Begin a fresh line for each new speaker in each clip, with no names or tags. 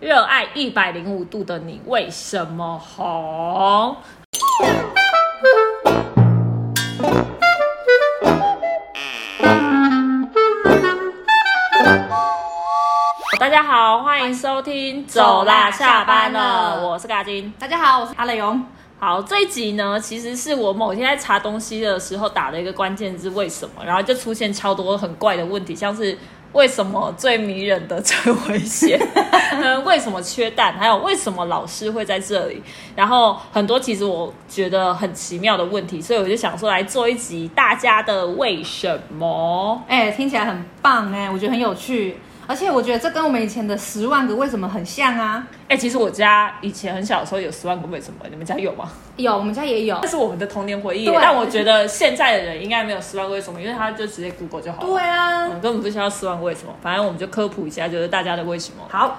热爱一百零五度的你为什么红？大家好，欢迎收听《走啦，下班了》，我是嘎金。
大家好，我是阿雷勇。
好，这一集呢，其实是我某天在查东西的时候打了一个关键字“为什么”，然后就出现超多很怪的问题，像是为什么最迷人的最危 险，嗯，为什么缺蛋，还有为什么老师会在这里，然后很多其实我觉得很奇妙的问题，所以我就想说来做一集大家的为什么。
哎、听起来很棒哎、我觉得很有趣，而且我觉得这跟我们以前的十万个为什么很像啊。
哎、其实我家以前很小的时候有十万个为什么，你们家有 吗？
有，我们家也有
那。是我们的童年回忆
对，
但我觉得现在的人应该没有十万个为什么，因为他就直接 Google 就好了。
对啊，
嗯，根本不需要十万个为什么，反正我们就科普一下，就是大家的为什么。
好，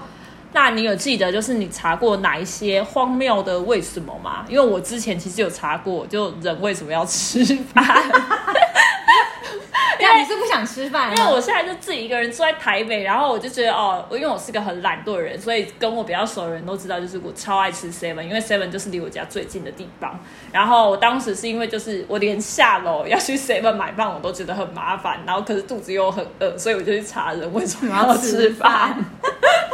那你有记得就是你查过哪一些荒谬的为什么吗？因为我之前其实有查过，就人为什么要吃饭？
这样你是不想吃饭？啊
因为我现在就自己一个人住在台北，然后我就觉得哦，因为我是个很懒惰的人，所以跟我比较熟的人都知道，就是我超爱吃 seven，因为 seven 就是离我家最近的地方。然后我当时是因为就是我连下楼要去 seven 买饭我都觉得很麻烦，然后可是肚子又很饿，所以我就去查人为什么要吃 饭。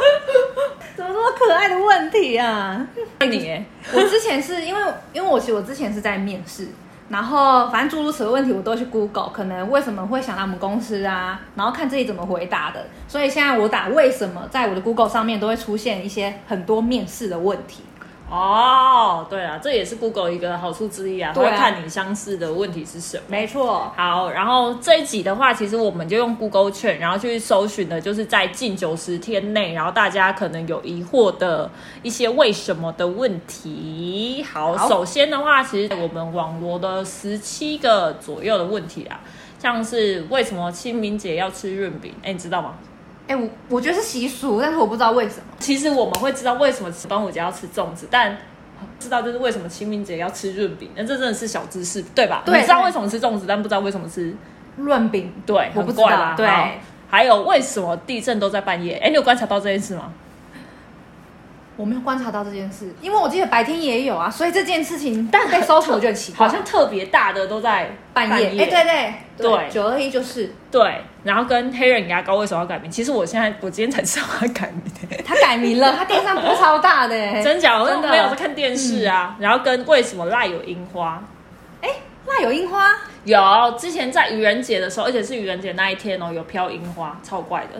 怎么这么可爱的问题啊？
爱你耶，
我之前是因为，因为我其实我之前是在面试，然后反正诸如此类问题我都会去 Google，可能为什么会想到我们公司啊，然后看自己怎么回答的。所以现在我打为什么，在我的 Google 上面都会出现一些很多面试的问题。
哦，对啊，这也是 Google 一个好处之一啊，它
对啊
会看你相似的问题是什么。
没错，
好，然后这一集的话，其实我们就用 Google 券，然后去搜寻的，就是在近九十天内，然后大家可能有疑惑的一些为什么的问题。好，
好
首先的话，其实我们网罗了十七个左右的问题啊，像是为什么清明节要吃润饼？哎，你知道吗？
哎、我我觉得是习俗，但是我不知道为什么。
其实我们会知道为什么端午节要吃粽子，但知道就是为什么清明节要吃润饼，那这真的是小知识，对吧？
对
你知道为什么吃粽子，但不知道为什么吃
润饼，
对，
我
很
不知
怪
道
吧。
对，
好还有为什么地震都在半夜？哎，你有观察到这件事吗？
我没有观察到这件事，因为我记得白天也有啊，所以这件事情但被搜索我就很奇怪，
好像特别大的都在
半夜，哎、
对
对对
对
九二一就是
对，然后跟黑人牙膏为什么要改名？其实我现在我今天才知道它改 名、
他改名了，他电商波超大的、欸，
真假？我
哎真的嗯
没有在看电视啊。然后跟为什么赖有樱花？
那有樱花，
有，之前在愚人节的时候，而且是愚人节那一天哦，有飘樱花，超怪的。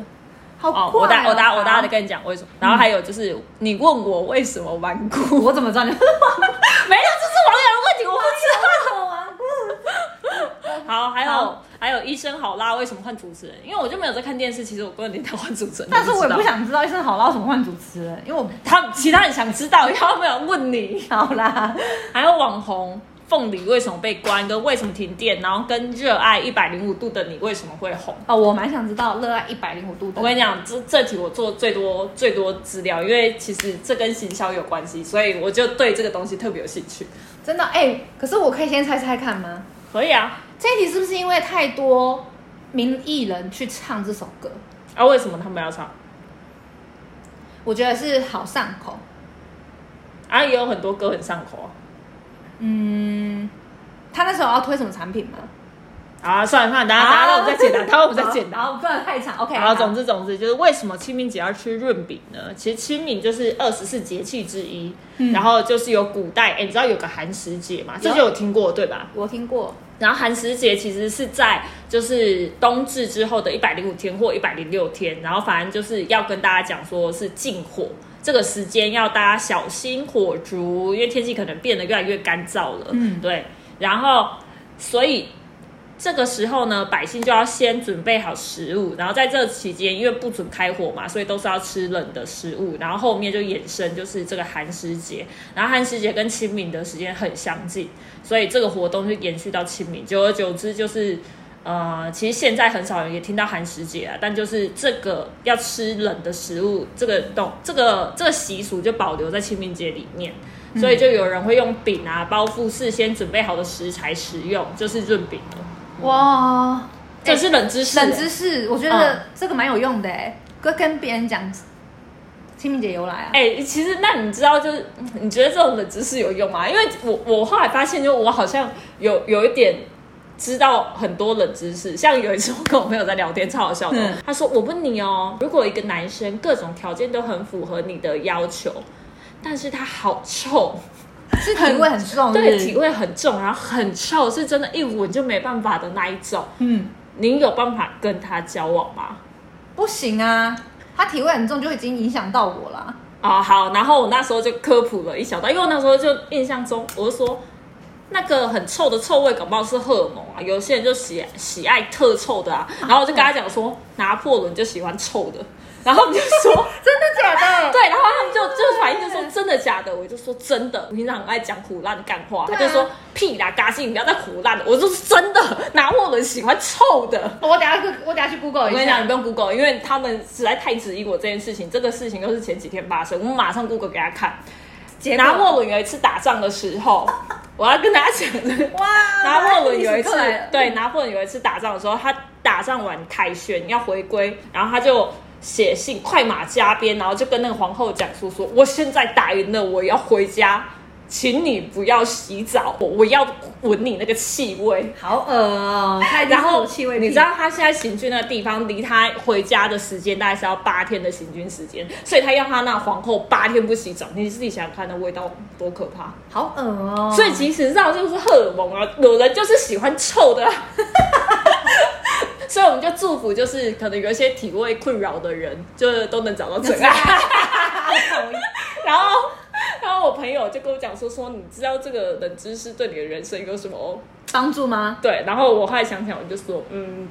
好怪、
哦
哦，
我待我待我待会跟你讲为什么。然后还有就是，你问我为什么顽固，
我怎么知道你？
没有，这是网友的问题，我不知道。 好，还有
好
还有医生好辣，为什么换主持人？因为我就没有在看电视，其实我根本连他换主持人都知道，
但是我也不想知道医生好到什么换主持人，因为我
他其他人想知道，要没有问你。
好啦，
还有网红凤梨为什么被关，跟为什么停电，然后跟热爱一百零五度的你为什么会红。
哦，我蛮想知道热爱一百零五度的，
我跟你讲，这这题我做最多最多资料，因为其实这跟行销有关系，所以我就对这个东西特别有兴趣。
真的哎、可是我可以先猜猜看吗？
可以啊，
这一题是不是因为太多名艺人去唱这首歌？
啊，为什么他们要唱？
我觉得是好上口。
啊，也有很多歌很上口啊。
嗯，他那时候要推什么产品吗？
啊，算了算了，等下啊等下让我们再解答，待会我们再解答。
好，好不然太长。OK
然
好。
后总之总之就是为什么清明节要吃润饼呢？其实清明就是二十四节气之一，
嗯
然后就是有古代，哎、你知道有个寒食节嘛？这就有听过对吧？
我听过，
然后寒食节其实是在就是冬至之后的一百零五天或一百零六天，然后反正就是要跟大家讲说是禁火，这个时间要大家小心火烛，因为天气可能变得越来越干燥了。
嗯
对。然后所以这个时候呢，百姓就要先准备好食物，然后在这期间，因为不准开火嘛，所以都是要吃冷的食物。然后后面就衍生就是这个寒食节，然后寒食节跟清明的时间很相近，所以这个活动就延续到清明。久而久之，就是呃，其实现在很少人也听到寒食节啊，但就是这个要吃冷的食物，这个动这个这个习俗就保留在清明节里面。所以就有人会用饼啊包覆事先准备好的食材食用，就是润饼了。
哇，
这是嗯冷知识、
欸冷知识，我觉得这个蛮有用的哎，跟跟别人讲，清明节由来啊。
哎、其实那你知道，就是嗯你觉得这种冷知识有用吗？因为我我后来发现，就我好像有有一点知道很多冷知识。像有一次我跟我朋友在聊天，超好笑的。
嗯
他说：“我问你哦，如果一个男生各种条件都很符合你的要求，但是他好臭，
是体味很重，
对，
哦是
体味很重，然后很臭，是真的，一闻就没办法的那一种。
嗯，
您有办法跟他交往吗？”
不行啊，他体味很重就已经影响到我了。
哦，好，然后我那时候就科普了一小段，因为我那时候就印象中，我就说那个很臭的臭味，搞不好是荷尔蒙啊，有些人就喜喜爱特臭的啊，然后我就跟他讲说，拿破仑就喜欢臭的，然后他们就 说
真的假的？
对，然后他们就就反应就说真的假的，我就说真的，我平常很爱讲胡烂干话，
对啊
他就说屁啦，嘎信你不要再胡烂了，我说是真的，拿破仑喜欢臭的。
我等下去，我等下去 Google
我
一
跟你讲，你
下
不。用 Google，因为他们实在太质疑我这件事情。这个事情又是前几天发生，我马上 Google 给他看。
结果
拿破仑有一次打仗的时 候，我要跟大家讲这个。
哇
拿破仑有一次
历史课来了，
对拿破仑有一次打仗的时候，他打仗完凯旋要回归，然后他就写信快马加鞭，然后就跟那个皇后讲说说我现在打赢了，我要回家，请你不要洗澡，我我要闻你那个气 味。
好恶哦，他已经
然
是
后
有气味癖
你知道他现在行军的地方离他回家的时间大概是要八天的行军时间，所以他要他那皇后八天不洗澡，你自己想想看那味道多可怕。
好恶哦，
所以其实这就是荷尔蒙啊，有人就是喜欢臭的啊、 所以我们就祝福，就是可能有一些体味困扰的人，就是都能找到真爱。 然后，然后我朋友就跟我讲说，说你知道这个冷知识对你的人生有什么
帮助吗？
对，然后我后来想想，我就说，嗯，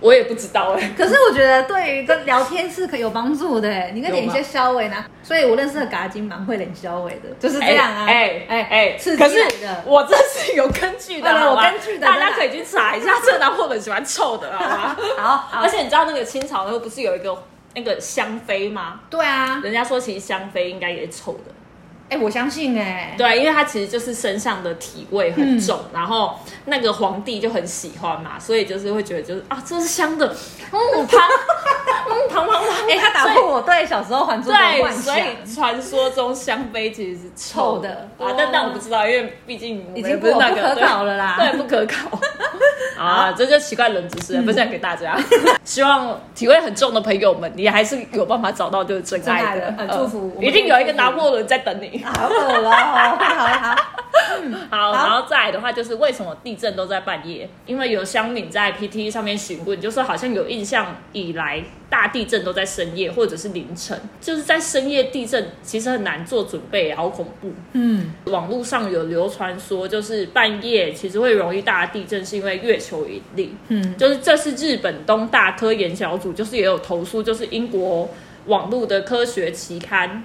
我也不知道哎、
可是我觉得对于跟聊天是可有帮助的欸，你可以
有
点一
吗
些消委呢。所以我认识的嘎金蛮会点消委的，就是这样啊。
哎哎哎，
刺激
可是
来的。
我这是有根据的，
哦有
好吧
根据的
大
真
家
的
可以去查一下，这男或者喜欢臭的，好吗？
好好
而，且你知道那个清朝那个不是有一个那个香妃吗？
对啊，
人家说其实香妃应该也是臭的，
哎，我相信哎，嗯
对，啊因为她其实就是身上的体味很重，然后那个皇帝就很喜欢嘛，所以就是会觉得就是啊，这是香的，嗯，糖，嗯，糖糖糖，
哎，他打破我对小时候《还珠格格》的
对，
幻
所
想，
以传说中香妃其实是臭的
臭的
啊
哦，
但但我不知道，因为毕竟我
已
们
经
也不
不
是那
不
个
可考了啦
对，对不可 考啊，这就奇怪冷知识
嗯
分享给大家。 希望体味很重的朋友们，你还是有办法找到就是真爱
真爱的
的，
很
呃
祝福我们
一定有一个
祝福
拿破仑在等你。
好恶哦，好好好。
好，然后再来的话就是为什么地震都在半夜？因为有乡民在 PT 上面询问，就说好像有印象以来大地震都在深夜或者是凌晨，就是在深夜地震其实很难做准备，好恐怖。
嗯，
网络上有流传说，就是半夜其实会容易大地震，是因为月球引力。
嗯，
就是这是日本东大科研小组，就是也有投诉，就是英国网络的科学期刊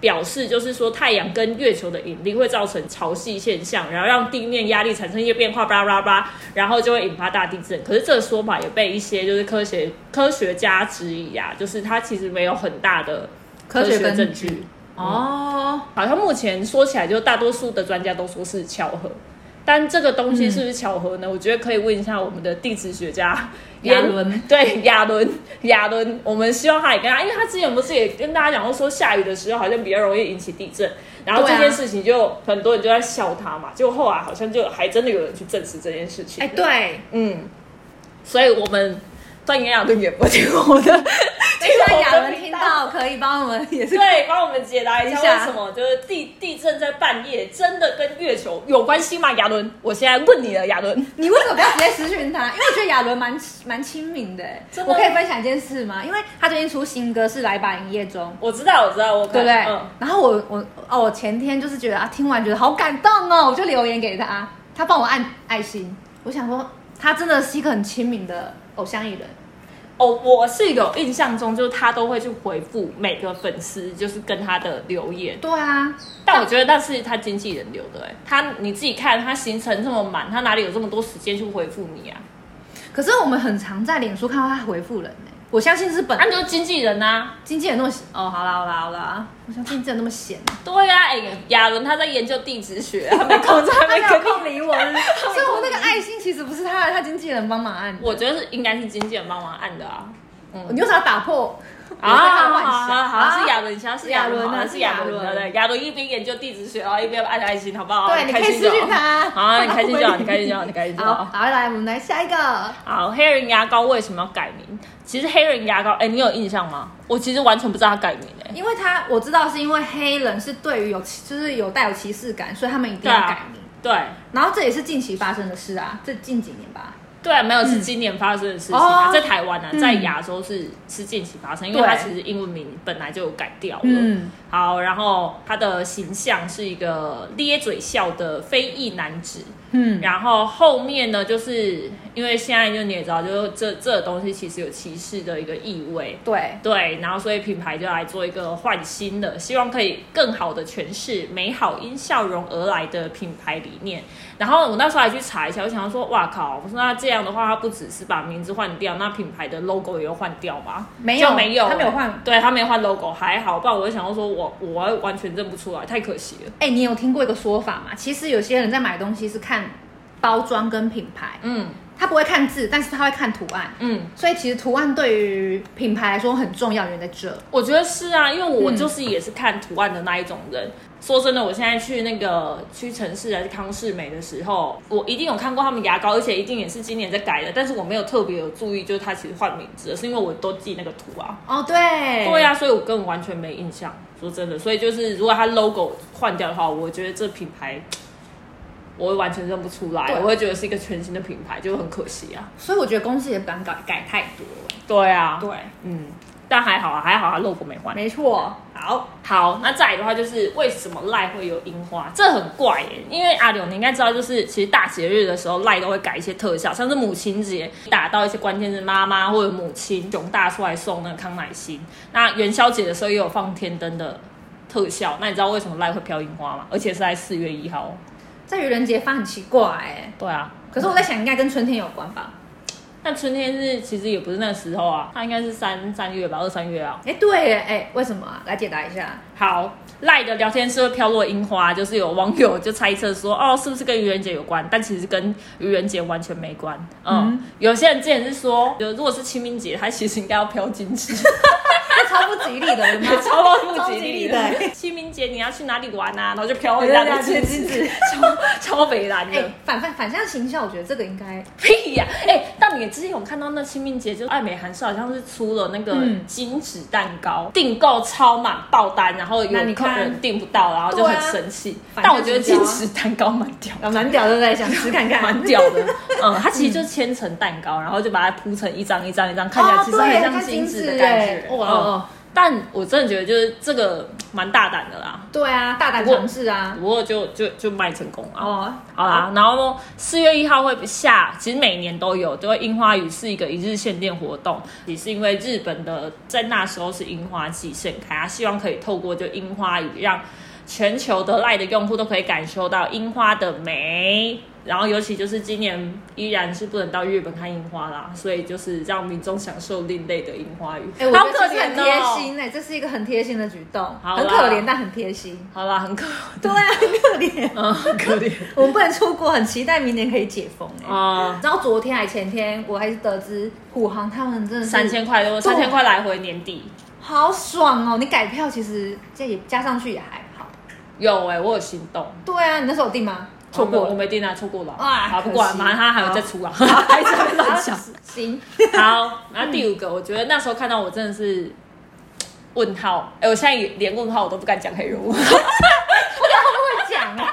表示，就是说太阳跟月球的引力会造成潮汐现象，然后让地面压力产生一些变化，巴拉巴拉巴拉，然后就会引发大地震。可是这个说法也被一些就是科学科学家质疑啊，就是它其实没有很大的
科学根
证
据
据。嗯
哦，
好像目前说起来，就大多数的专家都说是巧合，但这个东西是不是巧合呢？我觉得可以问一下我们的地质学家
亚
研
伦，
对亚伦，亚伦，我们希望他也跟他，因为他之前不是也跟大家讲过，说下雨的时候好像比较容易引起地震，然后
对啊
这件事情就、很多人就在笑他嘛，就后来好像就还真的有人去证实这件事情，
哎，对，
嗯，所以我们断言亚伦也不会听我的，
等一 下
我的
亚伦
频
听
道
到可以帮我们也是
对，帮我们解答一
一下
下为什么就是地地震在半夜真的跟月球有关系吗？亚伦，我现在问你了，亚伦。
你为什么不要直接私讯他？因为我觉得亚伦蛮蛮亲民的欸。
真的
我
吗
可以分享一件事吗？因为他最近出新歌是《来吧营业中
我知道，我知道，我》，看
对不对？
嗯，
然后我我哦，我前天就是觉得啊，听完觉得好感动哦，我就留言给他，他帮我按爱心。我想说，他真的是一个很亲民的偶像艺人。
哦，我是有印象中，就是他都会去回复每个粉丝，就是跟他的留言。
对啊，
但我觉得那是他经纪人留的、哎，他你自己看，他行程这么满，他哪里有这么多时间去回复你啊？
可是我们很常在脸书看到他回复人欸我相信是本
那、就是经纪人啊。
经纪人那么闲哦，好啦好啦好啦，我相信经纪人那么闲，
对啊，哎、亚伦他在研究地质学、啊，他 没空在那
他没
边
有
跟
空理 我，所以我那个爱心其实不是他的，他经纪人帮忙按的。嗯
我觉得是应该是经纪人帮忙按的啊。啊
你为啥要打破我在开玩
好
笑
好好，是亚伦，好像是亚伦，
啊亚伦啊
好像是亚伦，
是亚
对
伦
不对？亚伦一边研究地质学，然后一边按爱心，好不好？
对，你可
开
以
心
私
就
讯
好。
他。
好啊，你开心就好，你开心就好，你开心就
哦好，
好。
好，来，我们来下一个。
好，黑人牙膏为什么要改名？其实黑人牙膏，哎、你有印象吗？我其实完全不知道它改名哎、
因为他我知道是因为黑人是对于有歧就是有带有歧视感，所以他们一定要
对啊
改名。
对
然后这也是近期发生的事啊，这近几年吧。
对啊，没有是今年发生的事情啊，
嗯哦
在台湾啊，
嗯
在亚洲是、是近期发生，因为它
对
其实英文名本来就有改掉了。
嗯，
好，然后他的形象是一个咧嘴笑的非裔男子，
嗯，
然后后面呢，就是因为现在就你也知道，就是这这东西其实有歧视的一个意味，
对，
对，然后所以品牌就来做一个换新的，希望可以更好的诠释美好因笑容而来的品牌理念。然后我那时候还去查一下，我想说，哇靠！我说那这样的话，它不只是把名字换掉，那品牌的 logo 也要换掉吗？
没有
就没有，
它没有换
对，它没换 logo，还好，不然我就想要说我我完全认不出来，太可惜了。
哎、你有听过一个说法吗？其实有些人在买东西是看包装跟品牌，
嗯
他不会看字，但是他会看图案。
嗯，
所以其实图案对于品牌来说很重要，原因在这。
我觉得是啊，因为我
嗯
就是也是看图案的那一种人。说真的，我现在去那个屈臣氏还是康士美的时候，我一定有看过他们牙膏，而且一定也是今年在改的，但是我没有特别有注意，就是它其实换名字了，是因为我都记那个图啊。
哦，对，
对啊，所以我根本完全没印象。说真的，所以就是如果它 logo 换掉的话，我觉得这品牌我会完全认不出来
对，
我会觉得是一个全新的品牌，就很可惜啊。
所以我觉得公司也不敢改改太多了。
对啊，
对，
嗯，但还好啊，还好它 logo 没换。
没错。
好好，那再来的话就是为什么赖会有樱花？这很怪耶、因为阿柳你应该知道，就是其实大节日的时候赖都会改一些特效，像是母亲节打到一些关键字妈妈或者母亲熊大出来送那个康乃馨，那元宵节的时候也有放天灯的特效。那你知道为什么赖会飘樱花吗？而且是在四月一号哦。
在愚人节发很奇怪哎、
对啊，
可是我在想，应该跟春天有关吧？
但春天是其实也不是那时候啊，它应该是三三月吧，二三月啊。
哎、对耶，哎、为什么啊？来解答一下。
好，赖的聊天室会飘落樱花，就是有网友就猜测说，哦，是不是跟愚人节有关？但其实跟愚人节完全没关。嗯，有些人之前是说，就如果是清明节，它其实应该要飘金枝，
这超不吉利的，有没 有
超爆不
超
吉
吉
利
利
的
的。
清明节你要去哪里玩啊？然后就飘
我
人家的
在切
金
金
枝，
子。
超超北蓝
哎、
的。
反反反向行销，我觉得这个应该
屁呀、哎、但你之前有看到那清明节，就是爱美韩式好像是出了那个
嗯
金纸蛋糕，订购超满爆单，然后有
那你
客
看
人订不到，然后就
对啊
很生气。
反
但
向
我觉得
行
金
销啊
纸蛋糕蛮屌，
啊蛮屌的，对不对？想吃看看，
蛮屌的。嗯，它其实就是千层蛋糕，然后就把它铺成一张一张一张，看起来
哦
其实很
对
像
看
金
金
纸
纸
的
耶
感觉。
哦哦
嗯
哦，
但我真的觉得就是这个蛮大胆的啦，
对啊，大胆尝试啊。
不过就就就卖成功啊。
哦，
好啦，然后四月一号会下，其实每年都有，就会樱花雨是一个一日限定活动，也是因为日本的在那时候是樱花季盛开，他希望可以透过就樱花雨让全球的赖的用户都可以感受到樱花的美。然后，尤其就是今年依然是不能到日本看樱花啦，所以就是让民众享受另类的樱花雨。
哎、我觉
好
得
可
这是
怜
很
哦
贴心哎、这是一个很贴心的举动，
好啦
很可怜但很贴心。
好啦，很可，
对啊，很可怜。
嗯，很可怜
我们不能出国，很期待明年可以解封哎、
啊。
然后昨天还前天，我还是得知虎航他们真的
嗯
是
三千块多，三千块来回年底
好爽哦！你改票其实这也加上去也还好。
有哎、我有心动。
对啊，你那时候有订吗？错过
我
了。
没订啊，错过了。
啊
好，不
可
管，
惜
马上他还有再出啊，还在乱想。
行，
好，然后第五个，我觉得那时候看到我真的是嗯问号，哎，我现在也连问号我都不敢讲黑人 问号。
不讲啊。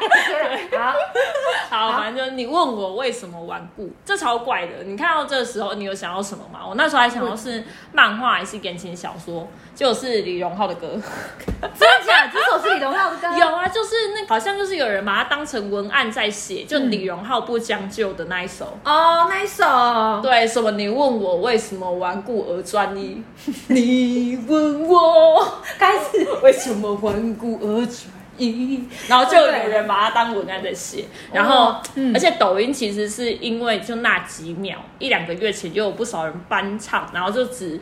好，
好，反正就是你问我为什么顽固，这超怪的。你看到这时候，你有想到什么吗？我那时候还想到是漫画还是言情小说，就是李荣浩的歌。
真的假的？这首是李荣浩的歌。
有啊，就是那好像就是有人把它当成文案在写，就李荣浩不将就的那一首。
哦，那一首。
对，什么？你问我为什么顽固而专一？你问我
哦开始。
为什么顽固而专一？然后就有人把它当文案在写，然后、
哦嗯
而且抖音其实是因为就那几秒，一两个月前就有不少人翻唱，然后就只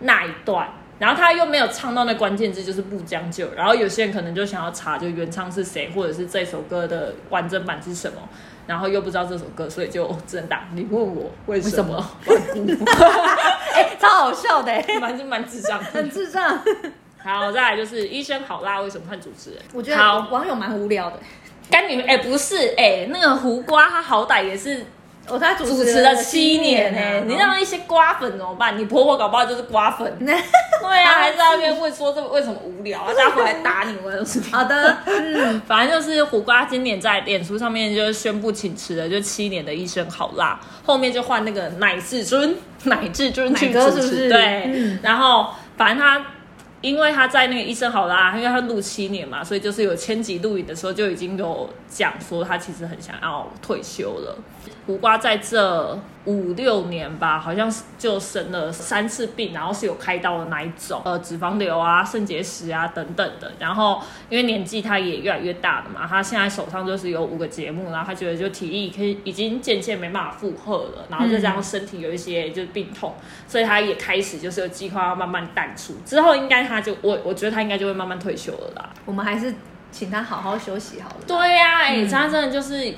那一段。然后他又没有唱到那关键字，就是不将就。然后有些人可能就想要查，就原唱是谁，或者是这首歌的完整版是什么，然 后又不知道这首歌，所以就只能打你问我为什么
什么
顽固。
哎，超好笑的、欸，
蛮是蛮智障的
很。智障。
好，再来就是医生好辣，为什么换主持人？
我觉得
好
网友蛮无聊的。
干你们哎、不是哎、那个胡瓜他好歹也是
我才哦主
主
持
持了七年欸
呢、。
呢、你让一些瓜粉怎么办？你婆婆搞不好就是瓜粉
那
对啊，还在那边问说这为什么无聊啊？大家回来打你，我也是。
好的，嗯，
反正就是胡瓜今年在脸书上面就是宣布请辞了，就七年的医生好辣，后面就换那个乃至尊，乃至尊去
奶哥
主持，
是不是
对，
嗯
然后反正他。因为他在那个医生好啦，因为他录七年嘛，所以就是有千集录影的时候就已经有讲说他其实很想要退休了。胡瓜在这五六年吧，好像是就生了三次病，然后是有开刀的那一种，呃，脂肪瘤啊、肾结石啊等等的。然后因为年纪他也越来越大了嘛，他现在手上就是有五个节目，然后他觉得就体力可以已经渐渐没办法负荷了，然后再加上身体有一些就是病痛，所以他也开始就是有计划要慢慢淡出。之后应该他就我我觉得他应该就会慢慢退休了啦。
我们还是请他好好休息好了。
对呀、哎、
嗯
他真的就是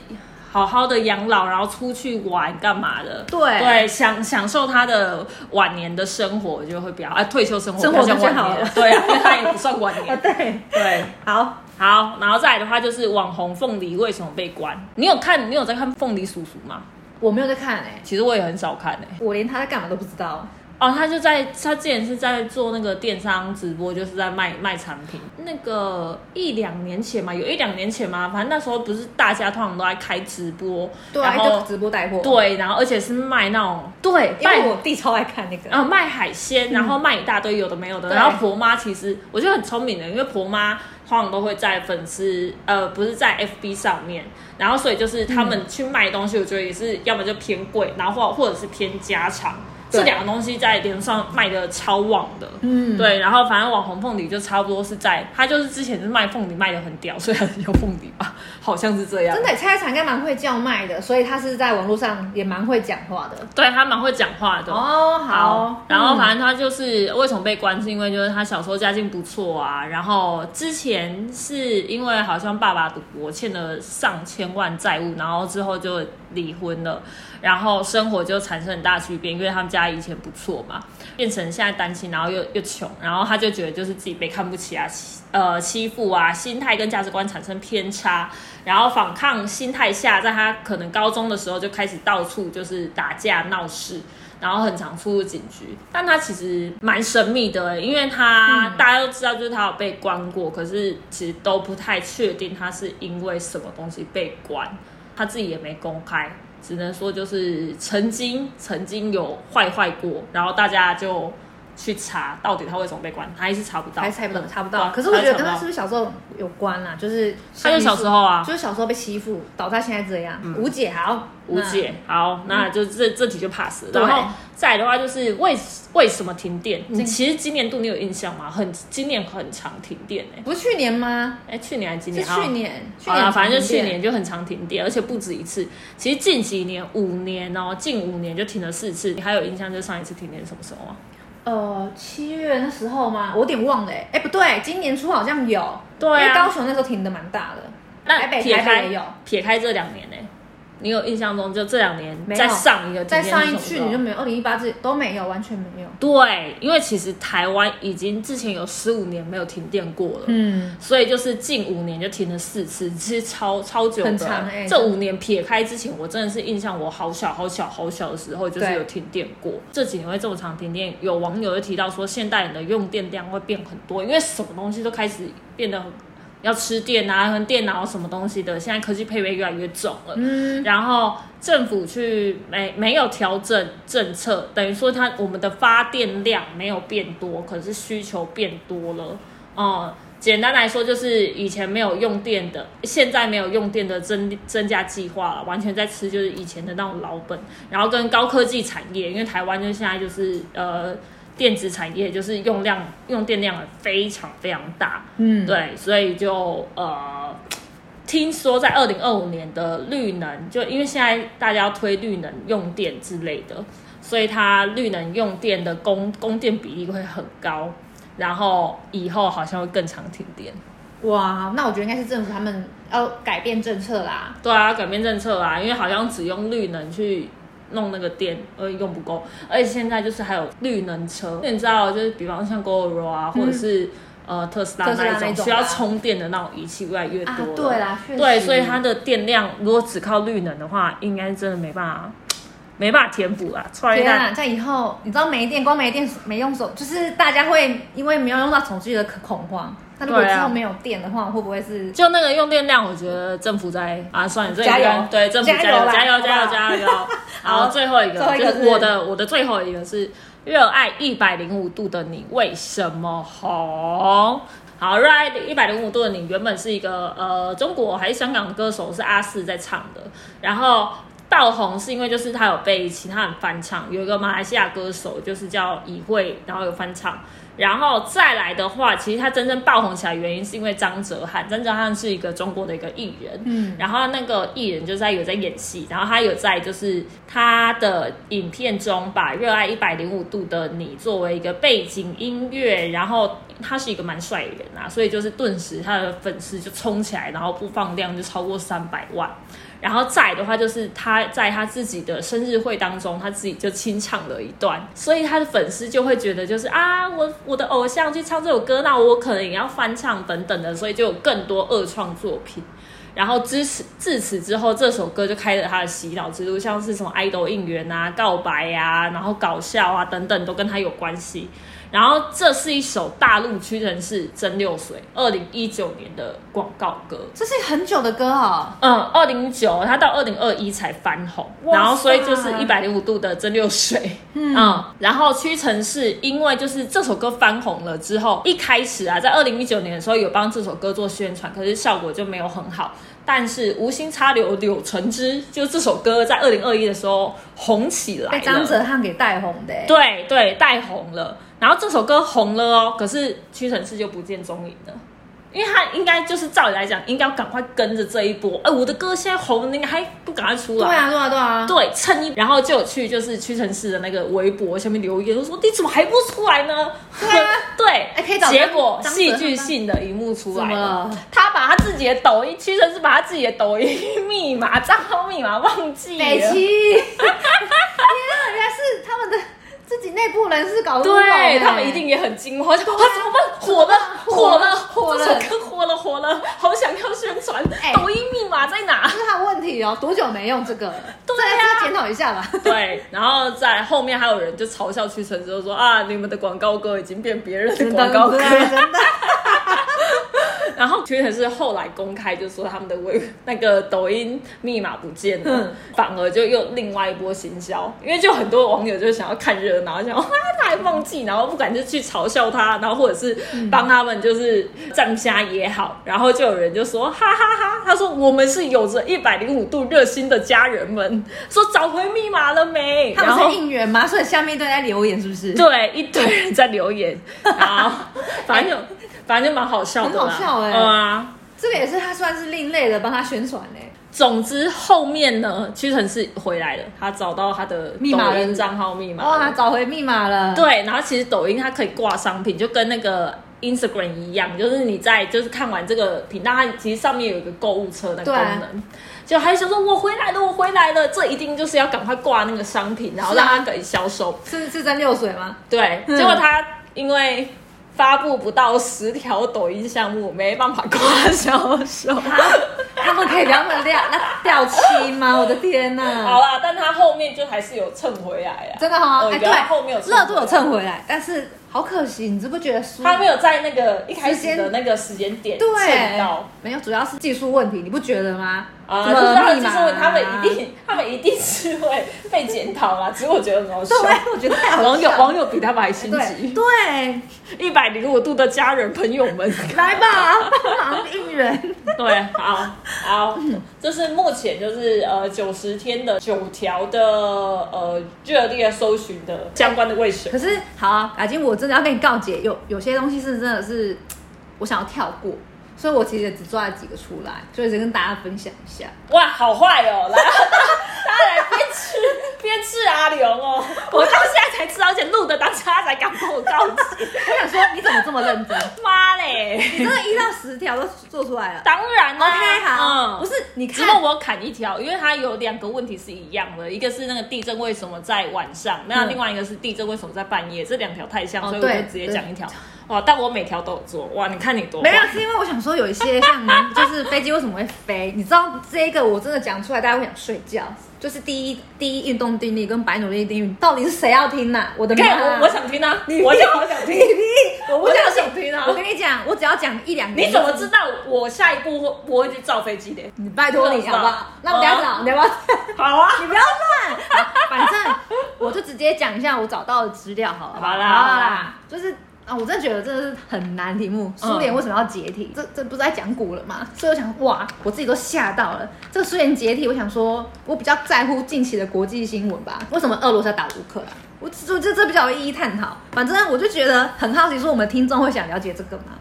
好好的养老，然后出去玩干嘛的？
对
对，享享受他的晚年的生活就会比较，哎、退休生活
生活
比较
就
晚
好
年
了
对啊， 因为他也不算晚
啊，
年。
对，
哦对，
好，
好，然后再来的话就是网红凤梨为什么被关？你有看？你有在看凤梨叔叔吗？
我没有在看哎、
其实我也很少看欸诶、
我连他在干嘛都不知道。
哦，他就在他之前是在做那个电商直播，就是在卖卖产品。那个一两年前嘛，有一两年前嘛，反正那时候不是大家通常都在开直播，
对啊，
然
就
后
直播带货。，
对，然后而且是卖那种对啊
因
卖
为我弟超爱看那个。
然后呃卖海鲜，然后卖一大堆有的没有的。
嗯对
然后婆妈其实我觉得很聪明的，因为婆妈通常都会在粉丝呃不是在 FB 上面，然后所以就是他
嗯
们去卖东西，我觉得也是要么就偏贵，然后或或者是偏家常。
对
这两个东西在脸上卖的超旺的，
嗯
对，然后反正网红凤梨就差不多是在，他就是之前是卖凤梨卖的很屌，所以他叫凤梨吧，好像是这样
真。的，蔡产应该蛮会叫卖的，所以他是在网络上也蛮会讲话的。
对他蛮会讲话的，
哦，
好，然后
嗯
反正他就是为什么被关，是因为就是他小时候家境不错啊，然后之前是因为好像爸爸赌博欠了上千万债务，然后之后就离婚了，然后生活就产生很大巨变，因为他们家以前不错嘛，变成现在单亲，然后又又穷，然后他就觉得就是自己被看不起啊，欺呃欺负啊，心态跟价值观产生偏差，然后反抗心态下，在他可能高中的时候就开始到处就是打架闹事。然后很常出入警局，但他其实蛮神秘的欸，因为他、大家都知道，就是他有被关过，可是其实都不太确定他是因为什么东西被关，他自己也没公开，只能说就是曾经曾经有坏坏过，然后大家就去查到底他为什么被关，他还是查不到，
还猜不到，查不
对
到。
啊
可是我觉得跟
还是查不到
他是不是小时候有关啦、就是
他就小时候嗯啊，
就是小时候被欺负，导致他现在这样，无解。好，
无解。好，那就这这题就 pass 了。
嗯对
然后再来的话就是为为什么停电？你
嗯
其实今年度你有印象吗？很今年很常停电哎、
那。不是去年吗？
哎，去年还是今
是
年？
去年，去
好啦，啊
年
反正就去
停
年
电。
就很常停电，而且不止一次。其实近几年五年哦、近五年就停了四次。你还有印象就是上一次停电是什么时候吗？
呃，七月那时候吗？我有点忘了、欸。哎、不对，今年初好像有。
对
因为
啊
高雄那时候停的蛮大的。
那
台北
撇
台北
开
也有
撇开这两年呢、欸你有印象中就这两年
没有
在上一个
再
停电是
上一
什么时
去
候
你就没有，二零一八这都没有，完全没有。
对，因为其实台湾已经之前有十五年没有停电过了。
嗯，
所以就是近五年就停了四次，其实超超久的。
很长欸
这五年撇开之前，我真的是印象我好小好小好小的时候就是
对
有停电过。这几年会这么长停电，有网友就提到说，现代人的用电量会变很多，因为什么东西都开始变得很要吃电啊，跟电脑什么东西的，现在科技配备越来越重了。嗯，然后政府去没没有调整政策，等于说它我们的发电量没有变多，可是需求变多了。哦、简单来说就是以前没有用电的，现在没有用电的增呃增加计划了，完全在吃就是以前的那种老本，然后跟高科技产业，因为台湾就现在就是呃。电子产业就是用量用电量非常非常大，
嗯
对，所以就呃，听说在二零二五年的绿能，就因为现在大家要推绿能用电之类的，所以它绿能用电的供供电比例会很高，然后以后好像会更常停电。
哇，那我觉得应该是政府他们要改变政策啦。
对啊，改变政策啊，因为好像只用绿能去弄那个电，呃，用不够。而且现在就是还有绿能车，那你知道，就是比方像 GoGo 啊，或者是、呃特斯拉
嗯特斯拉
那一
那
种
种
需要
啊
充电的那种仪器越来越多
啊
了。
对啦确
对，
实
所以它的电量如果只靠绿能的话，应该真的没办法，没办法填补啊。创业
天
蛋
啊，在以后你知道没电，光没电没用手，就是大家会因为没有用到手机而恐慌。那如果
对
之
啊
后没有电的话，会不会是
就那个用电量，我觉得政府在啊，算了，这一
加油
段对政府加
加油
油，
啦
加油，
好不
加
好
油，加 油！好，
好
最后一个
最后一
就
个
是
是
我的我的最后一个是热爱一百零五度的你为什么红？好，热爱一百零五度的你原本是一个呃中国还是香港的歌手是阿四在唱的，然后爆红是因为就是他有被其他人翻唱，有一个马来西亚歌手就是叫以慧，然后有翻唱。然后再来的话，其实他真正爆红起来的原因是因为张哲瀚，张哲瀚是一个中国的一个艺人，嗯，然后那个艺人就是他有在演戏，然后他有在就是他的影片中把《热爱一百零五度的你》作为一个背景音乐，然后他是一个蛮帅的人啊，所以就是顿时他的粉丝就冲起来，然后播放量就超过三百万。然后再来的话，就是他在他自己的生日会当中，他自己就清唱了一段，所以他的粉丝就会觉得就是啊，我我的偶像去唱这首歌，那我可能也要翻唱等等的，所以就有更多二创作品。然后支持自此之后，这首歌就开了他的洗脑之路，像是什么爱豆应援啊、告白啊，然后搞笑啊等等，都跟他有关系。然后这是一首大陆屈臣氏蒸馏水二零一九年的广告歌，
这是很久的歌哦？
嗯，二零九，它到二零二一才翻红，
哇塞
然后所以就是一百零五度的蒸馏水，嗯然后屈臣氏因为就是这首歌翻红了之后，一开始啊，在二零一九年的时候有帮这首歌做宣传，可是效果就没有很好。但是无心插柳柳橙汁，就这首歌在二零二一的时候红起来了，
被张哲瀚给带红的欸。
对对带红了，然后这首歌红了哦，可是屈臣氏就不见踪影了。因为他应该就是照理来讲，应该要赶快跟着这一波。哎、我的歌现在红了，你还不赶快出来？
对啊，对啊，对啊。
对，趁一，然后就有去就是屈臣氏的那个微博下面留言，就说你怎么还不出来呢？对、
啊
对，
哎可以找
结
张
果
张哲
戏
瀚
剧
当
性的一幕出来
怎么
了
了，
他把他自己的抖音，屈臣氏把他自己的抖音 密码账号密码忘记了，
北 齐，天啊，原来是他们的自己内部人士
哦
搞乌龙欸
对他们一定也很惊慌，就哇怎么办？火了，火了，
火了
这首歌火了，火了，好想要宣传
哎，
抖音密码在哪？
这是他的问题哦，多久没用这个了？
对
这
啊
要检讨一下吧。
对，然后在后面还有人就嘲笑屈臣氏，就说啊，你们的广告歌已经变别人的广告歌
对。啊真的。
然后屈臣氏后来公开就说他们的微那个抖音密码不见了，
嗯
反而就又另外一波行销，因为就很多网友就想要看热闹，想哇他还忘记，然后不敢就去嘲笑他，然后或者是
嗯
帮他们就是站虾也好，然后就有人就说哈哈哈他说我们是有着一百零五度热心的家人们，说找回密码了没？然
他
后
们是应援吗？所以下面一堆在留言，是不是？
对，一堆人在留言，然后 反正就、反正就蛮好笑的啦，
很好笑欸
嗯啊。
这个也是他算是另类的帮他宣传嘞。
总之后面呢，屈臣氏回来了，他找到他的
密码
抖音
了
账号密码了，
哇，哦他找回密码了。
对，然后其实抖音它可以挂商品，就跟那个 Instagram 一样，就是你在就是看完这个频道，它其实上面有一个购物车的功
对啊
能，就还想说我回来了，我回来了，这一定就是要赶快挂那个商品，然后
是
让
啊
它可以销售。
是是蒸馏水吗？
对，
嗯
结果他因为发布不到十条抖音项目，没办法挂销售。
他们可以两本掉那掉 漆吗？我的天
好
呐！
啦，但他后面就还是有蹭回来啊，
真的哈、
哦
哎、
原来后面有
对，热度有蹭回来，但是好可惜，你知不觉得输？
他没有在那个一开
时
始
间
的那个时间点蹭
嗯对
到，
没有，主要是技术问题，你不觉得吗？
啊，
什
就
么
是他们
密
就
码
是
啊
会他们一定 他们一定是会被检讨啦，只是我觉得很好笑。
对，我觉得太好笑了
网友网友比他们还心
对
急，
对，
一百零五度的家人朋友 们，
来吧，帮忙应援。
对，好好，这是目前就是呃九十天的九条的呃热烈搜寻的相关的卫水
可，是好啊，雅金，我真的要跟你告解，有有些东西是真的是我想要跳过，所以我其实也只抓了几个出来，所以只跟大家分享一下。
哇，好坏哦，来，大家来分吃边吃阿龙哦， 我到现在才知道，而且录的当下才敢跟我告解，
我想说，你怎么这么认 真？
妈嘞！
你这个一到十条都做出 来了。
当然啦、
OK，好，
嗯，
不是你
只不过
看，
我砍一条，因为它有两个问题是一样的，一个是那个地震为什么在晚上，那
嗯
另外一个是地震为什么在半夜，这两条太像，
哦
所以我就
对
直接讲一条。哇，但我每条都有做，哇，你看你多
没有
棒，
是因为我想说有一些像就是飞机为什么会飞，你知道这个我真的讲出来，大家会想睡觉。就是第一第一运动定律跟白努力定律，到底是谁要听呐、我的
你
妈、
看
啊！
我我想听啊，
你
我就好想
你
听，
你我
我
不
就
相
好
信。
想听啊
我。跟你讲，我只要讲一两个，
你怎么知道我下一步会不会去造飞机的？
你拜托你好不好？那我们
啊
等一下找，你要不要？
好啊，
你不要乱，反正我就直接讲一下我找到的资料好了。
好啦
好啦，就是啊，我真的觉得这是很难题目。苏联为什么要解体？这这不是在讲古了吗？所以我想，哇，我自己都吓到了。这个苏联解体，我想说，我比较在乎近期的国际新闻吧。为什么俄罗斯要打乌克兰？我这这这比较有意义探讨。反正我就觉得很好奇，说我们听众会想了解这个吗？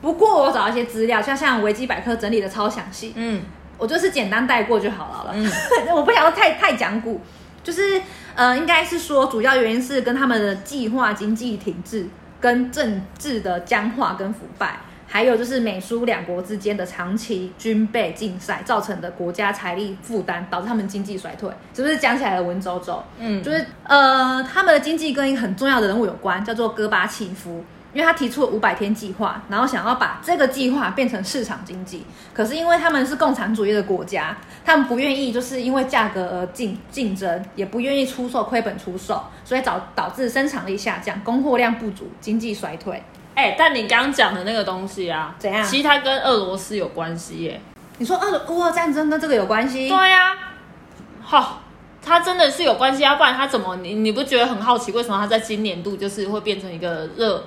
不过我找到一些资料，像像维基百科整理的超详细，
嗯
我就是简单带过就好了啦。
嗯
我不想要太太讲古，就是呃，应该是说主要原因是跟他们的计划经济停滞、跟政治的僵化跟腐败，还有就是美苏两国之间的长期军备竞赛造成的国家财力负担，导致他们经济衰退，是不是讲起来文绉绉？
嗯，
就是呃，他们的经济跟一个很重要的人物有关，叫做戈巴契夫，因为他提出了五百天计划，然后想要把这个计划变成市场经济。可是因为他们是共产主义的国家，他们不愿意就是因为价格而竞竞争，也不愿意出售亏本出售，所以导导致生产力下降，供货量不足，经济衰退。
哎、但你刚刚讲的那个东西啊，
怎样
其实它跟俄罗斯有关系耶、
你说俄乌俄战争跟这个有关系？
对啊呀、好、它真的是有关系啊，不然它怎么你你不觉得很好奇，为什么它在今年度就是会变成一个热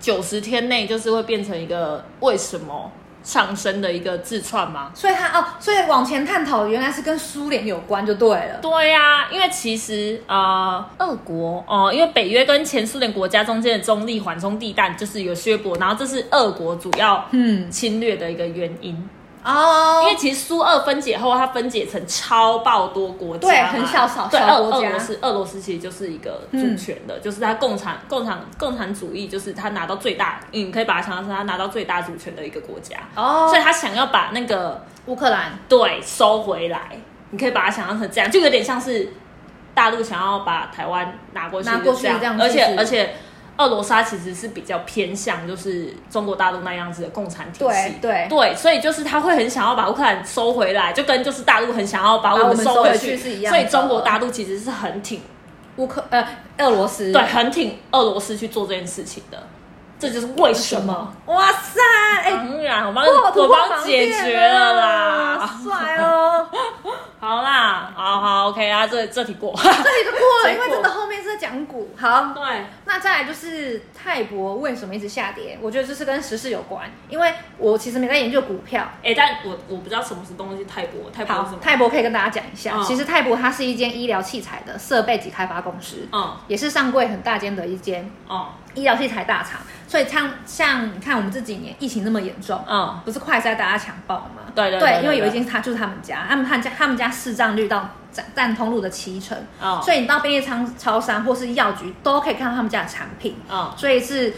九十天内就是会变成一个为什么上升的一个自创吗？
所以他哦，所以往前探讨原来是跟苏联有关就对了。
对呀、因为其实呃，俄国哦、因为北约跟前苏联国家中间的中立缓冲地带就是有削薄，然后这是俄国主要
嗯，
侵略的一个原因。
哦，
因为其实苏俄分解后，它分解成超爆多国家嘛，
对很小少
对，
小
俄
国
俄
家嗯
罗斯，俄罗斯其实就是一个主权的，就是它共产共产共产主义，就是它拿到最大，嗯你可以把它想象成它拿到最大主权的一个国家，
哦，
所以他想要把那个
乌克兰
对收回来，你可以把它想象成这样，就有点像是大陆想要把台湾拿过去，
拿过去
这样，
这样
而
其
且
实
而且。俄罗斯它其实是比较偏向就是中国大陆那样子的共产体系
对，对
对，所以就是他会很想要把乌克兰收回来，就跟就是大陆很想要把我
把我
们
们
收
收回
去
去是一样
所
的
以中国大陆其实是很挺，
乌克呃俄罗斯
对，很挺俄罗斯去做这件事情的。这就是为什么？？
哇塞，哎、
当然，我帮
哇
嗯我
突破
帮
盲
解
点
决了
了
啦。
帅 哦！
好啦，好好，OK 啊，这这题过。
这里就过了，
结
因
果
为真的后面是在讲股。好，
对，
那再来就是泰博为什么一直下跌？我觉得这是跟时事有关，因为我其实没在研究股票。
哎，但我我不知道什么是东西泰国，泰国是
好
什，么？
泰博可以跟大家讲一下，
嗯
其实泰博它是一间医疗器材的设备及开发公司，
嗯
也是上柜很大间的一间
嗯
医疗器材大厂。所以像像你看我们这几年疫情那么严重，
嗯，
不是快筛大家抢爆吗？
对对对对
因为有一间他就是他们家，他们他们家他们家市占率到占占通路的七成，
哦
所以你到便利商超商或是药局都可以看到他们家的产品，
嗯
所以是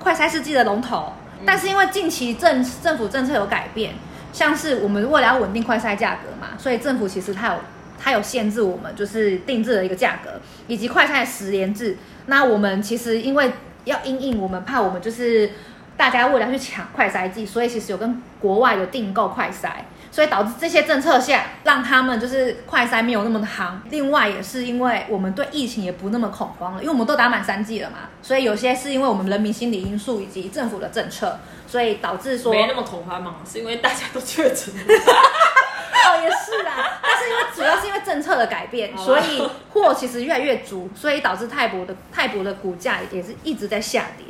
快筛世纪的龙头。但是因为近期政政府政策有改变，像是我们为了要稳定快筛价格嘛，所以政府其实它有它有限制我们就是定制的一个价格，以及快筛的十连制。那我们其实因为要因应，我们怕我们就是大家为了要去抢快筛剂，所以其实有跟国外有订购快筛。所以导致这些政策下，让他们就是快筛没有那么的行。另外也是因为我们对疫情也不那么恐慌了，因为我们都打满三剂了嘛，所以有些是因为我们人民心理因素以及政府的政策，所以导致说
没那么恐慌嘛，是因为大家都确 诊。
哦，也是啦，但是因为主要是因为政策的改变，
好
所
吧
以货其实越来越足，所以导致泰博的泰博的股价也是一直在下跌。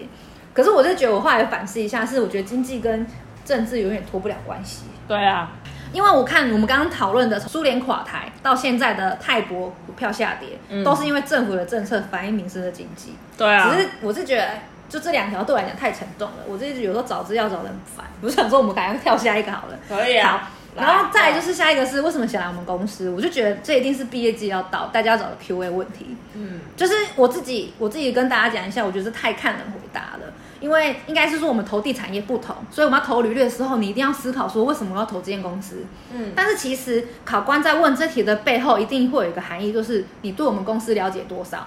可是我就觉得，我后来反思一下，是我觉得经济跟政治永远脱不了关系。
对啊，
因为我看我们刚刚讨论的从苏联垮台到现在的泰国股票下跌，
嗯
都是因为政府的政策反映民生的经济。
对啊。
只是我是觉得，就这两条对我来讲太沉重了，我这有时候找资料找的很烦。我想说，我们赶快跳下一个好了。
可以啊
好。
来
然后再来就是下一个是为什么想来我们公司？我就觉得这一定是毕业季要到，大家要找的 Q&A 问题。
嗯，
就是我自己，我自己跟大家讲一下，我觉得这太看人回答了，因为应该是说我们投递产业不同，所以我们要投履历的时候，你一定要思考说为什么我要投这间公司。
嗯
但是其实考官在问这题的背后，一定会有一个含义，就是你对我们公司了解多少。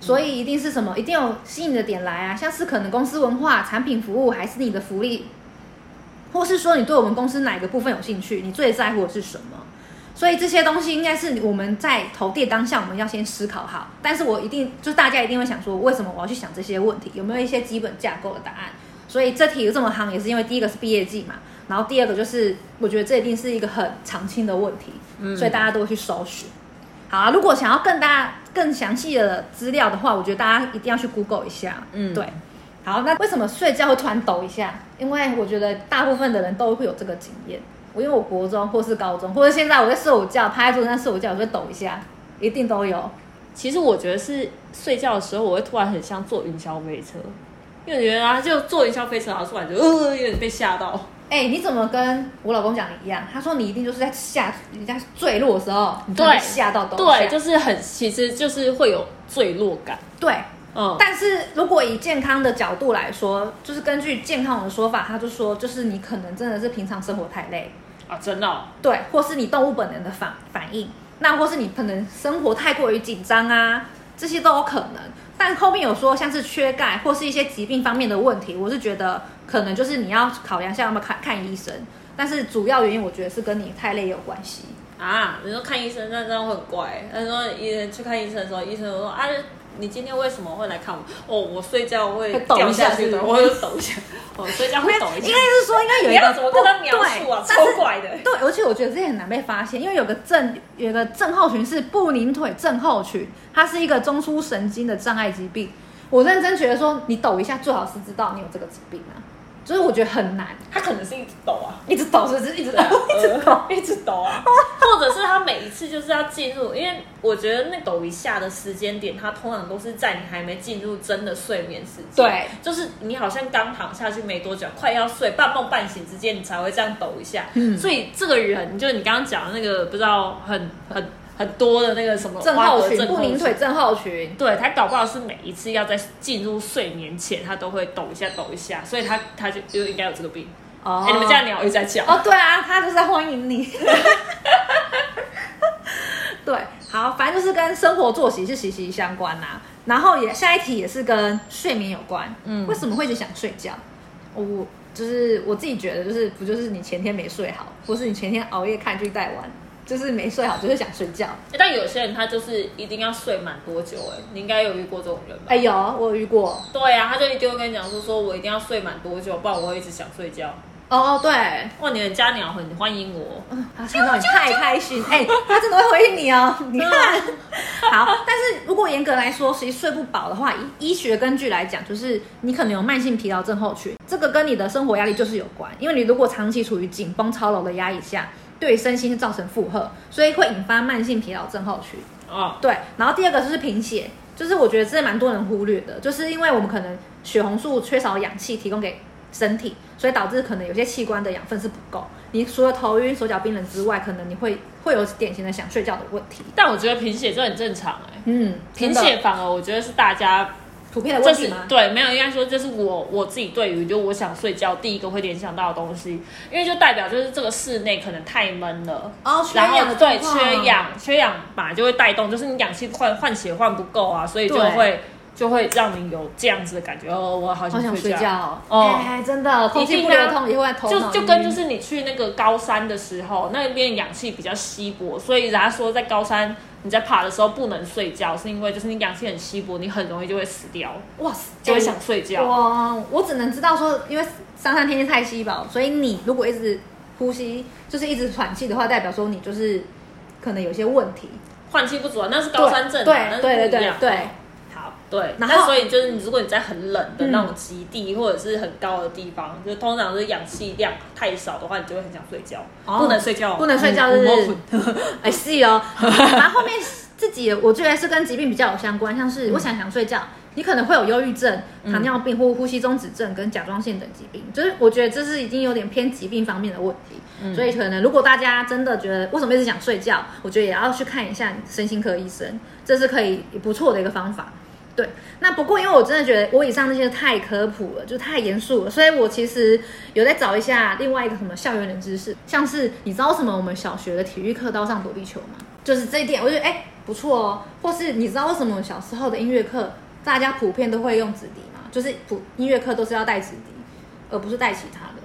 所以一定是什么，一定有吸引的点来啊，像是可能公司文化、产品服务，还是你的福利，或是说你对我们公司哪个部分有兴趣，你最在乎的是什么？所以这些东西应该是我们在投递当下，我们要先思考好。但是我一定就是大家一定会想说，为什么我要去想这些问题？有没有一些基本架构的答案？所以这题有这么夯，也是因为第一个是毕业季嘛，然后第二个就是我觉得这一定是一个很常青的问题，所以大家都会去搜寻。好、啊，如果想要更大、更详细的资料的话，我觉得大家一定要去 Google 一下。
嗯
对。好，那为什么睡觉会突然抖一下？因为我觉得大部分的人都会有这个经验。我因为我国中或是高中，或者现在我在睡午觉，趴在桌子上睡午觉，我就会抖一下，一定都有。
其实我觉得是睡觉的时候，我会突然很像坐云霄飞车，因为我觉得啊，就坐云霄飞车，然后突然就呃，有点被吓到。
哎、你怎么跟我老公讲的一样？他说你一定就是在下人家坠落的时候，你
对
才会吓到抖一下。
对，就是很，其实就是会有坠落感。
对。
嗯，
但是如果以健康的角度来说，就是根据健康的说法，他就说就是你可能真的是平常生活太累，
啊，真的哦、
对，或是你动物本能的反反应，那或是你可能生活太过于紧张啊，这些都有可能。但后面有说像是缺钙或是一些疾病方面的问题，我是觉得可能就是你要考量一下要不要看看医生。但是主要原因我觉得是跟你太累有关系。
啊，你说看医生，那这样会很怪。他说医生去看医生的时候，医生说啊，你今天为什么会来看我？哦，我睡觉会
会抖一
掉
下
下去
是
的，
不是
我会抖一下，我睡觉会抖一
应该
下。
是说应该有一
你要
个
怎么跟他描述啊
对但是
超怪的
对，而且我觉得这也很难被发现，因为有个症有个症候群是布宁腿症候群，它是一个中枢神经的障碍疾病。我认真觉得说，你抖一下最好是知道你有这个疾病啊，就是我觉得很难，
他可能是一直抖啊，
一直抖，就是一直抖，一直抖。
一直抖啊，或者是他每一次就是要进入，因为我觉得那抖一下的时间点，它通常都是在你还没进入真的睡眠时间，
对，
就是你好像刚躺下去没多久，快要睡，半梦半醒之间，你才会这样抖一下。
嗯
所以这个人就是你刚刚讲的那个，不知道很很很多的那个什么
症
花
候
格
群，
症候
布宁腿症候群，
对他搞不好是每一次要在进入睡眠前，他都会抖一下抖一下，所以他他就就应该有这个病。哎、
哦
你们家鸟一直在叫，
哦，对啊，他就是在欢迎你。 对，好，反正就是跟生活作息是息息相关呐、然后也下一题也是跟睡眠有关。
嗯
为什么会一直想睡觉？哦我就是我自己觉得，就是不就是你前天没睡好，或是你前天熬夜看剧带完，就是没睡好，就是想睡觉。
欸但有些人他就是一定要睡满多久、哎，你应该有遇过这种人吧？
哎有，我有遇过。
对啊，他就一定会跟你讲说，说我一定要睡满多久，不然我会一直想睡觉。
哦，对，
哇，你的家鸟很欢迎我，
他看到你太开心，哎、 他真的会回应你哦。你看，好，但是如果严格来说，其实睡不饱的话，医医学根据来讲，就是你可能有慢性疲劳症候群，这个跟你的生活压力就是有关，因为你如果长期处于紧绷操劳的压力下，对于身心造成负荷，所以会引发慢性疲劳症候群。
哦，
对，然后第二个就是贫血，就是我觉得这蛮多人忽略的，就是因为我们可能血红素缺少氧气提供给身体，所以导致可能有些器官的养分是不够。你除了头晕、手脚冰冷之外，可能你会会有典型的想睡觉的问题。
但我觉得贫血这很正常哎、
嗯，
贫
真的
血反而我觉得是大家，
普遍的
这
问题
是
吗？
对没有应该说这是我我自己对于就我想睡觉第一个会联想到的东西，因为就代表就是这个室内可能太闷了，
哦，缺
然
氧的
后对
状况
缺，氧缺氧嘛就会带动，就是你氧气换换血换不够啊，所以就
对
会就会让你有这样子的感觉哦，我好
好想
想睡
睡
觉。
觉哦，
哦
哎、真的，空
一
气
定
不
啊
流通也会头
就
脑
就跟
晕
就是你去那个高山的时候，那边氧气比较稀薄，所以人家说在高山你在爬的时候不能睡觉，是因为就是你氧气很稀薄，你很容易就会死掉，
哇塞，
就会想睡觉。
我我只能知道说，因为三三天天太稀薄，所以你如果一直呼吸，就是一直喘气的话，代表说你就是可能有些问题。
换气不足啊，那是高山症啊，
对
那是
对对
不一
对
样。
对，
好，对。
然
那
后
所以就是你如果你在很冷的
嗯
那种极地、或者是很高的地方，就通常是氧气量太少的话，你就会很想睡觉，
哦
不能睡觉哦，
不能睡觉
嗯
是不是
嗯
哎是哦。然后后面自己我觉得是跟疾病比较有相关，像是我想想睡觉，你可能会有忧郁症、糖尿病或呼吸中止症跟甲状腺等疾病，就是我觉得这是已经有点偏疾病方面的问题。所以可能如果大家真的觉得为什么一直想睡觉，我觉得也要去看一下身心科医生，这是可以不错的一个方法。对，那不过因为我真的觉得我以上那些太科普了，就太严肃了，所以我其实有在找一下另外一个什么校园的知识，像是你知道为什么我们小学的体育课都要上躲避球吗？就是这一点，我觉得哎不错哦。或是你知道为什么我们小时候的音乐课大家普遍都会用纸笛吗？就是普音乐课都是要带纸笛，而不是带其他的。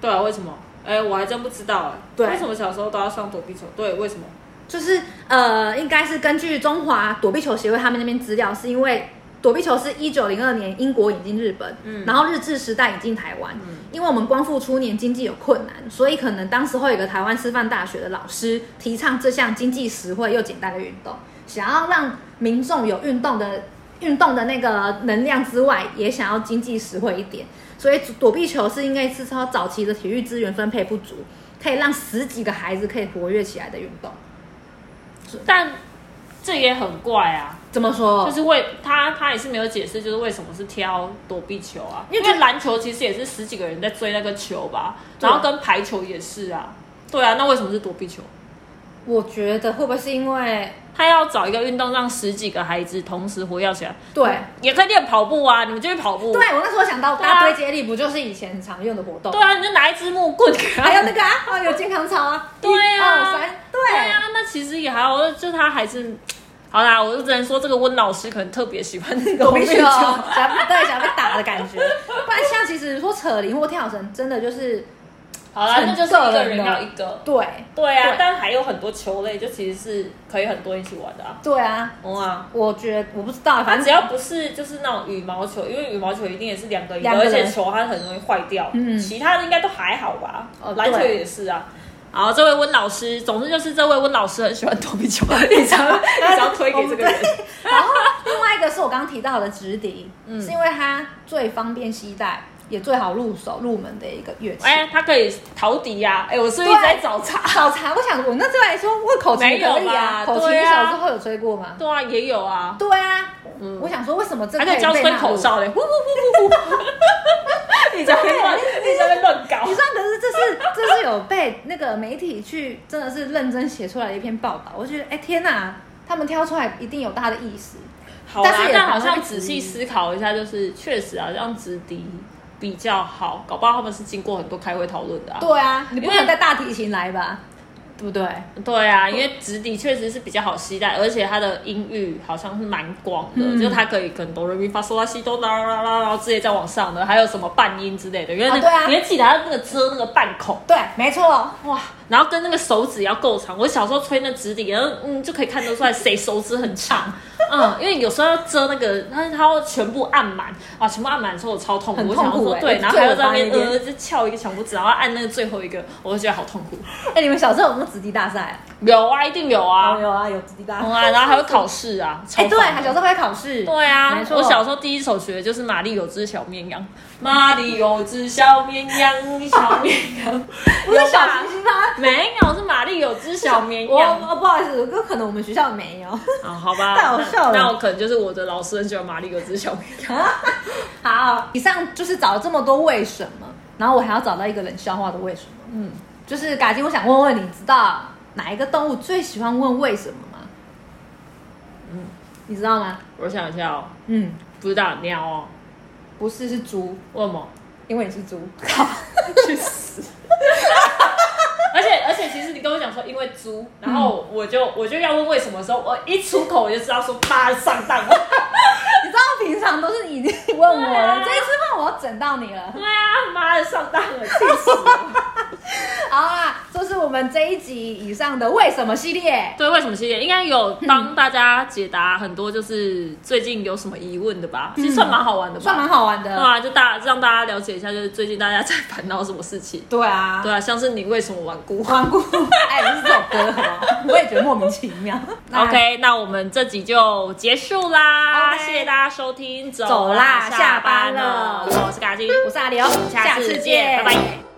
对啊，为什么？哎、我还真不知道哎、
对
为什么小时候都要上躲避球？对，为什么？
就是呃，应该是根据中华躲避球协会他们那边资料，是因为躲避球是一九零二年英国引进日本，
嗯
然后日治时代引进台湾，因为我们光复初年经济有困难，所以可能当时会有个台湾师范大学的老师提倡这项经济实惠又简单的运动，想要让民众有运动的运动的那个能量之外，也想要经济实惠一点，所以躲避球是应该是说早期的体育资源分配不足，可以让十几个孩子可以活跃起来的运动。
但这也很怪啊，
怎么说？
就是为他他也是没有解释，就是为什么是挑躲避球啊？
因
因
为就
为篮球其实也是十几个人在追那个球吧，
对
然后跟排球也是啊。对啊，那为什么是躲避球？
我觉得会不会是因为
他要找一个运动让十几个孩子同时活跃起来，
对、
也可以练跑步啊，你们就去跑步。
对我那时候想到
对啊
大堆接力不就是以前很常用的活动？
对啊，你就拿一支木棍给他。
还有那个啊，哦有健康操啊，
对啊
一二三，
对
对，
啊，那其实也还好，就他还是。好啦，我就只能说这个温老师可能特别喜欢 这个
躲避球，
球。
想要被对想要被打的感觉。不然像其实说扯铃或跳绳，真的就是
好啦，那就是一个人要一个。
对
对啊，
啊对
但还有很多球类，就其实是可以很多人一起玩的啊。
对啊，
哦啊，
我觉得我不知道，
它
反
啊只
正
要不是就是那种羽毛球，因为羽毛球一定也是两个一个，
两个
而
人
且球它很容易坏掉。
嗯
其他的应该都还好吧
哦。
篮球
对
也是啊。然后这位温老师，总之就是这位温老师很喜欢躲避球，一直 要一直要推给这个人。
然后另外一个是我刚刚提到的直笛，
嗯
是因为它最方便携带，也最好入手入门的一个乐器。
哎、他可以陶笛呀、哎、我是不是一直在找茬？
找茬，我想我那时候来说，问口琴
没有
可以啊，
吧
口琴
对
你
啊
小时候有吹过吗？
对啊，也有啊，
对啊，我想说为什么这
还
个
可以教
被
吹
纳入
口？哨嘞，呼呼呼呼呼， 你在那边乱， 你在那边乱搞
你。说可是这是 这是有被那个媒体去真的是认真写出来的一篇报道，我觉得哎天哪，他们挑出来一定有他的意思。
好
但
啦
是，也
但好
不
像
会
仔
质
细
疑
思考一下，就是确实啊，让直笛比较好，搞不好他们是经过很多开会讨论的啊。
对啊，你不可
因为
能带大提琴来吧？对不对？
对啊，因为直笛确实是比较好携带，而且它的音域好像是蛮广的，
嗯
就它可以可能哆来咪发嗦拉西哆啦啦啦，然后直接再往上的，还有什么半音之类的，因为那
啊对啊
你会记得它那个遮那个半孔。
对，没错。
哇，然后跟那个手指要够长。我小时候吹那直笛，然后嗯就可以看得出来谁手指很 长，嗯，因为有时候要遮那个，但是它要全部按满啊，全部按满的时候我超痛苦，
很
我
痛苦
想说
欸
对，
就
然后还要
最
在那
尾
边
巴那边
呃就翘一个小拇指，然后按那个最后一个，我就觉得好痛苦。
哎、你们小时候有没有子弟大赛啊？
有啊，一定有啊，
有啊，有子弟大
有 啊，然后还会考试啊，
哎、
超
对，
烦
还小时候会考试。
对啊
没，错
我小时候第一首学的就是《玛丽有只小绵羊》，玛丽有只小绵羊，小绵羊，
不是
有吧
小星星吗？
没有，是玛丽有啊只小绵
我
羊。
我不好意思，哥可能我们学校没有。
啊，好吧，
太好笑了
那那我可能就是我的老师很喜欢玛丽有只小绵羊。
好，以上就是找了这么多为什么，然后我还要找到一个冷笑话的为什么。嗯，就是嘎金，我想问问你，知道哪一个动物最喜欢问为什么吗？嗯，你知道吗？
我想一下哦，
嗯，
不知道鸟哦，
不是，是猪，
为什么？
因 为你是猪。
去死！而且而且，其实你跟我讲说因为猪，然后
嗯
我就、我就要问为什么的时候，我一出口我就知道说妈上当了。
你知道平常都是你问我
对
了，
啊
这一次问我要整到你了。
对啊，妈的上当了，气死了！
好啦，这是我们这一集以上的为什么系列。
对，为什么系列应该有帮大家解答很多，就是最近有什么疑问的吧？其实算蛮好玩的吧，
嗯算蛮好玩
对
的，
啊，就大让大家了解一下，就是最近大家在烦恼什么事情。
对啊，
对啊，像是你为什么顽固
光顾，哎，不是这首歌好不好我也觉得莫名其妙。那
？OK，那我们这集就结束啦
OK
谢谢大家收听，走
走啦
下
下班
了
了。
我是嘎金，
我是阿刘，
下次见，拜拜。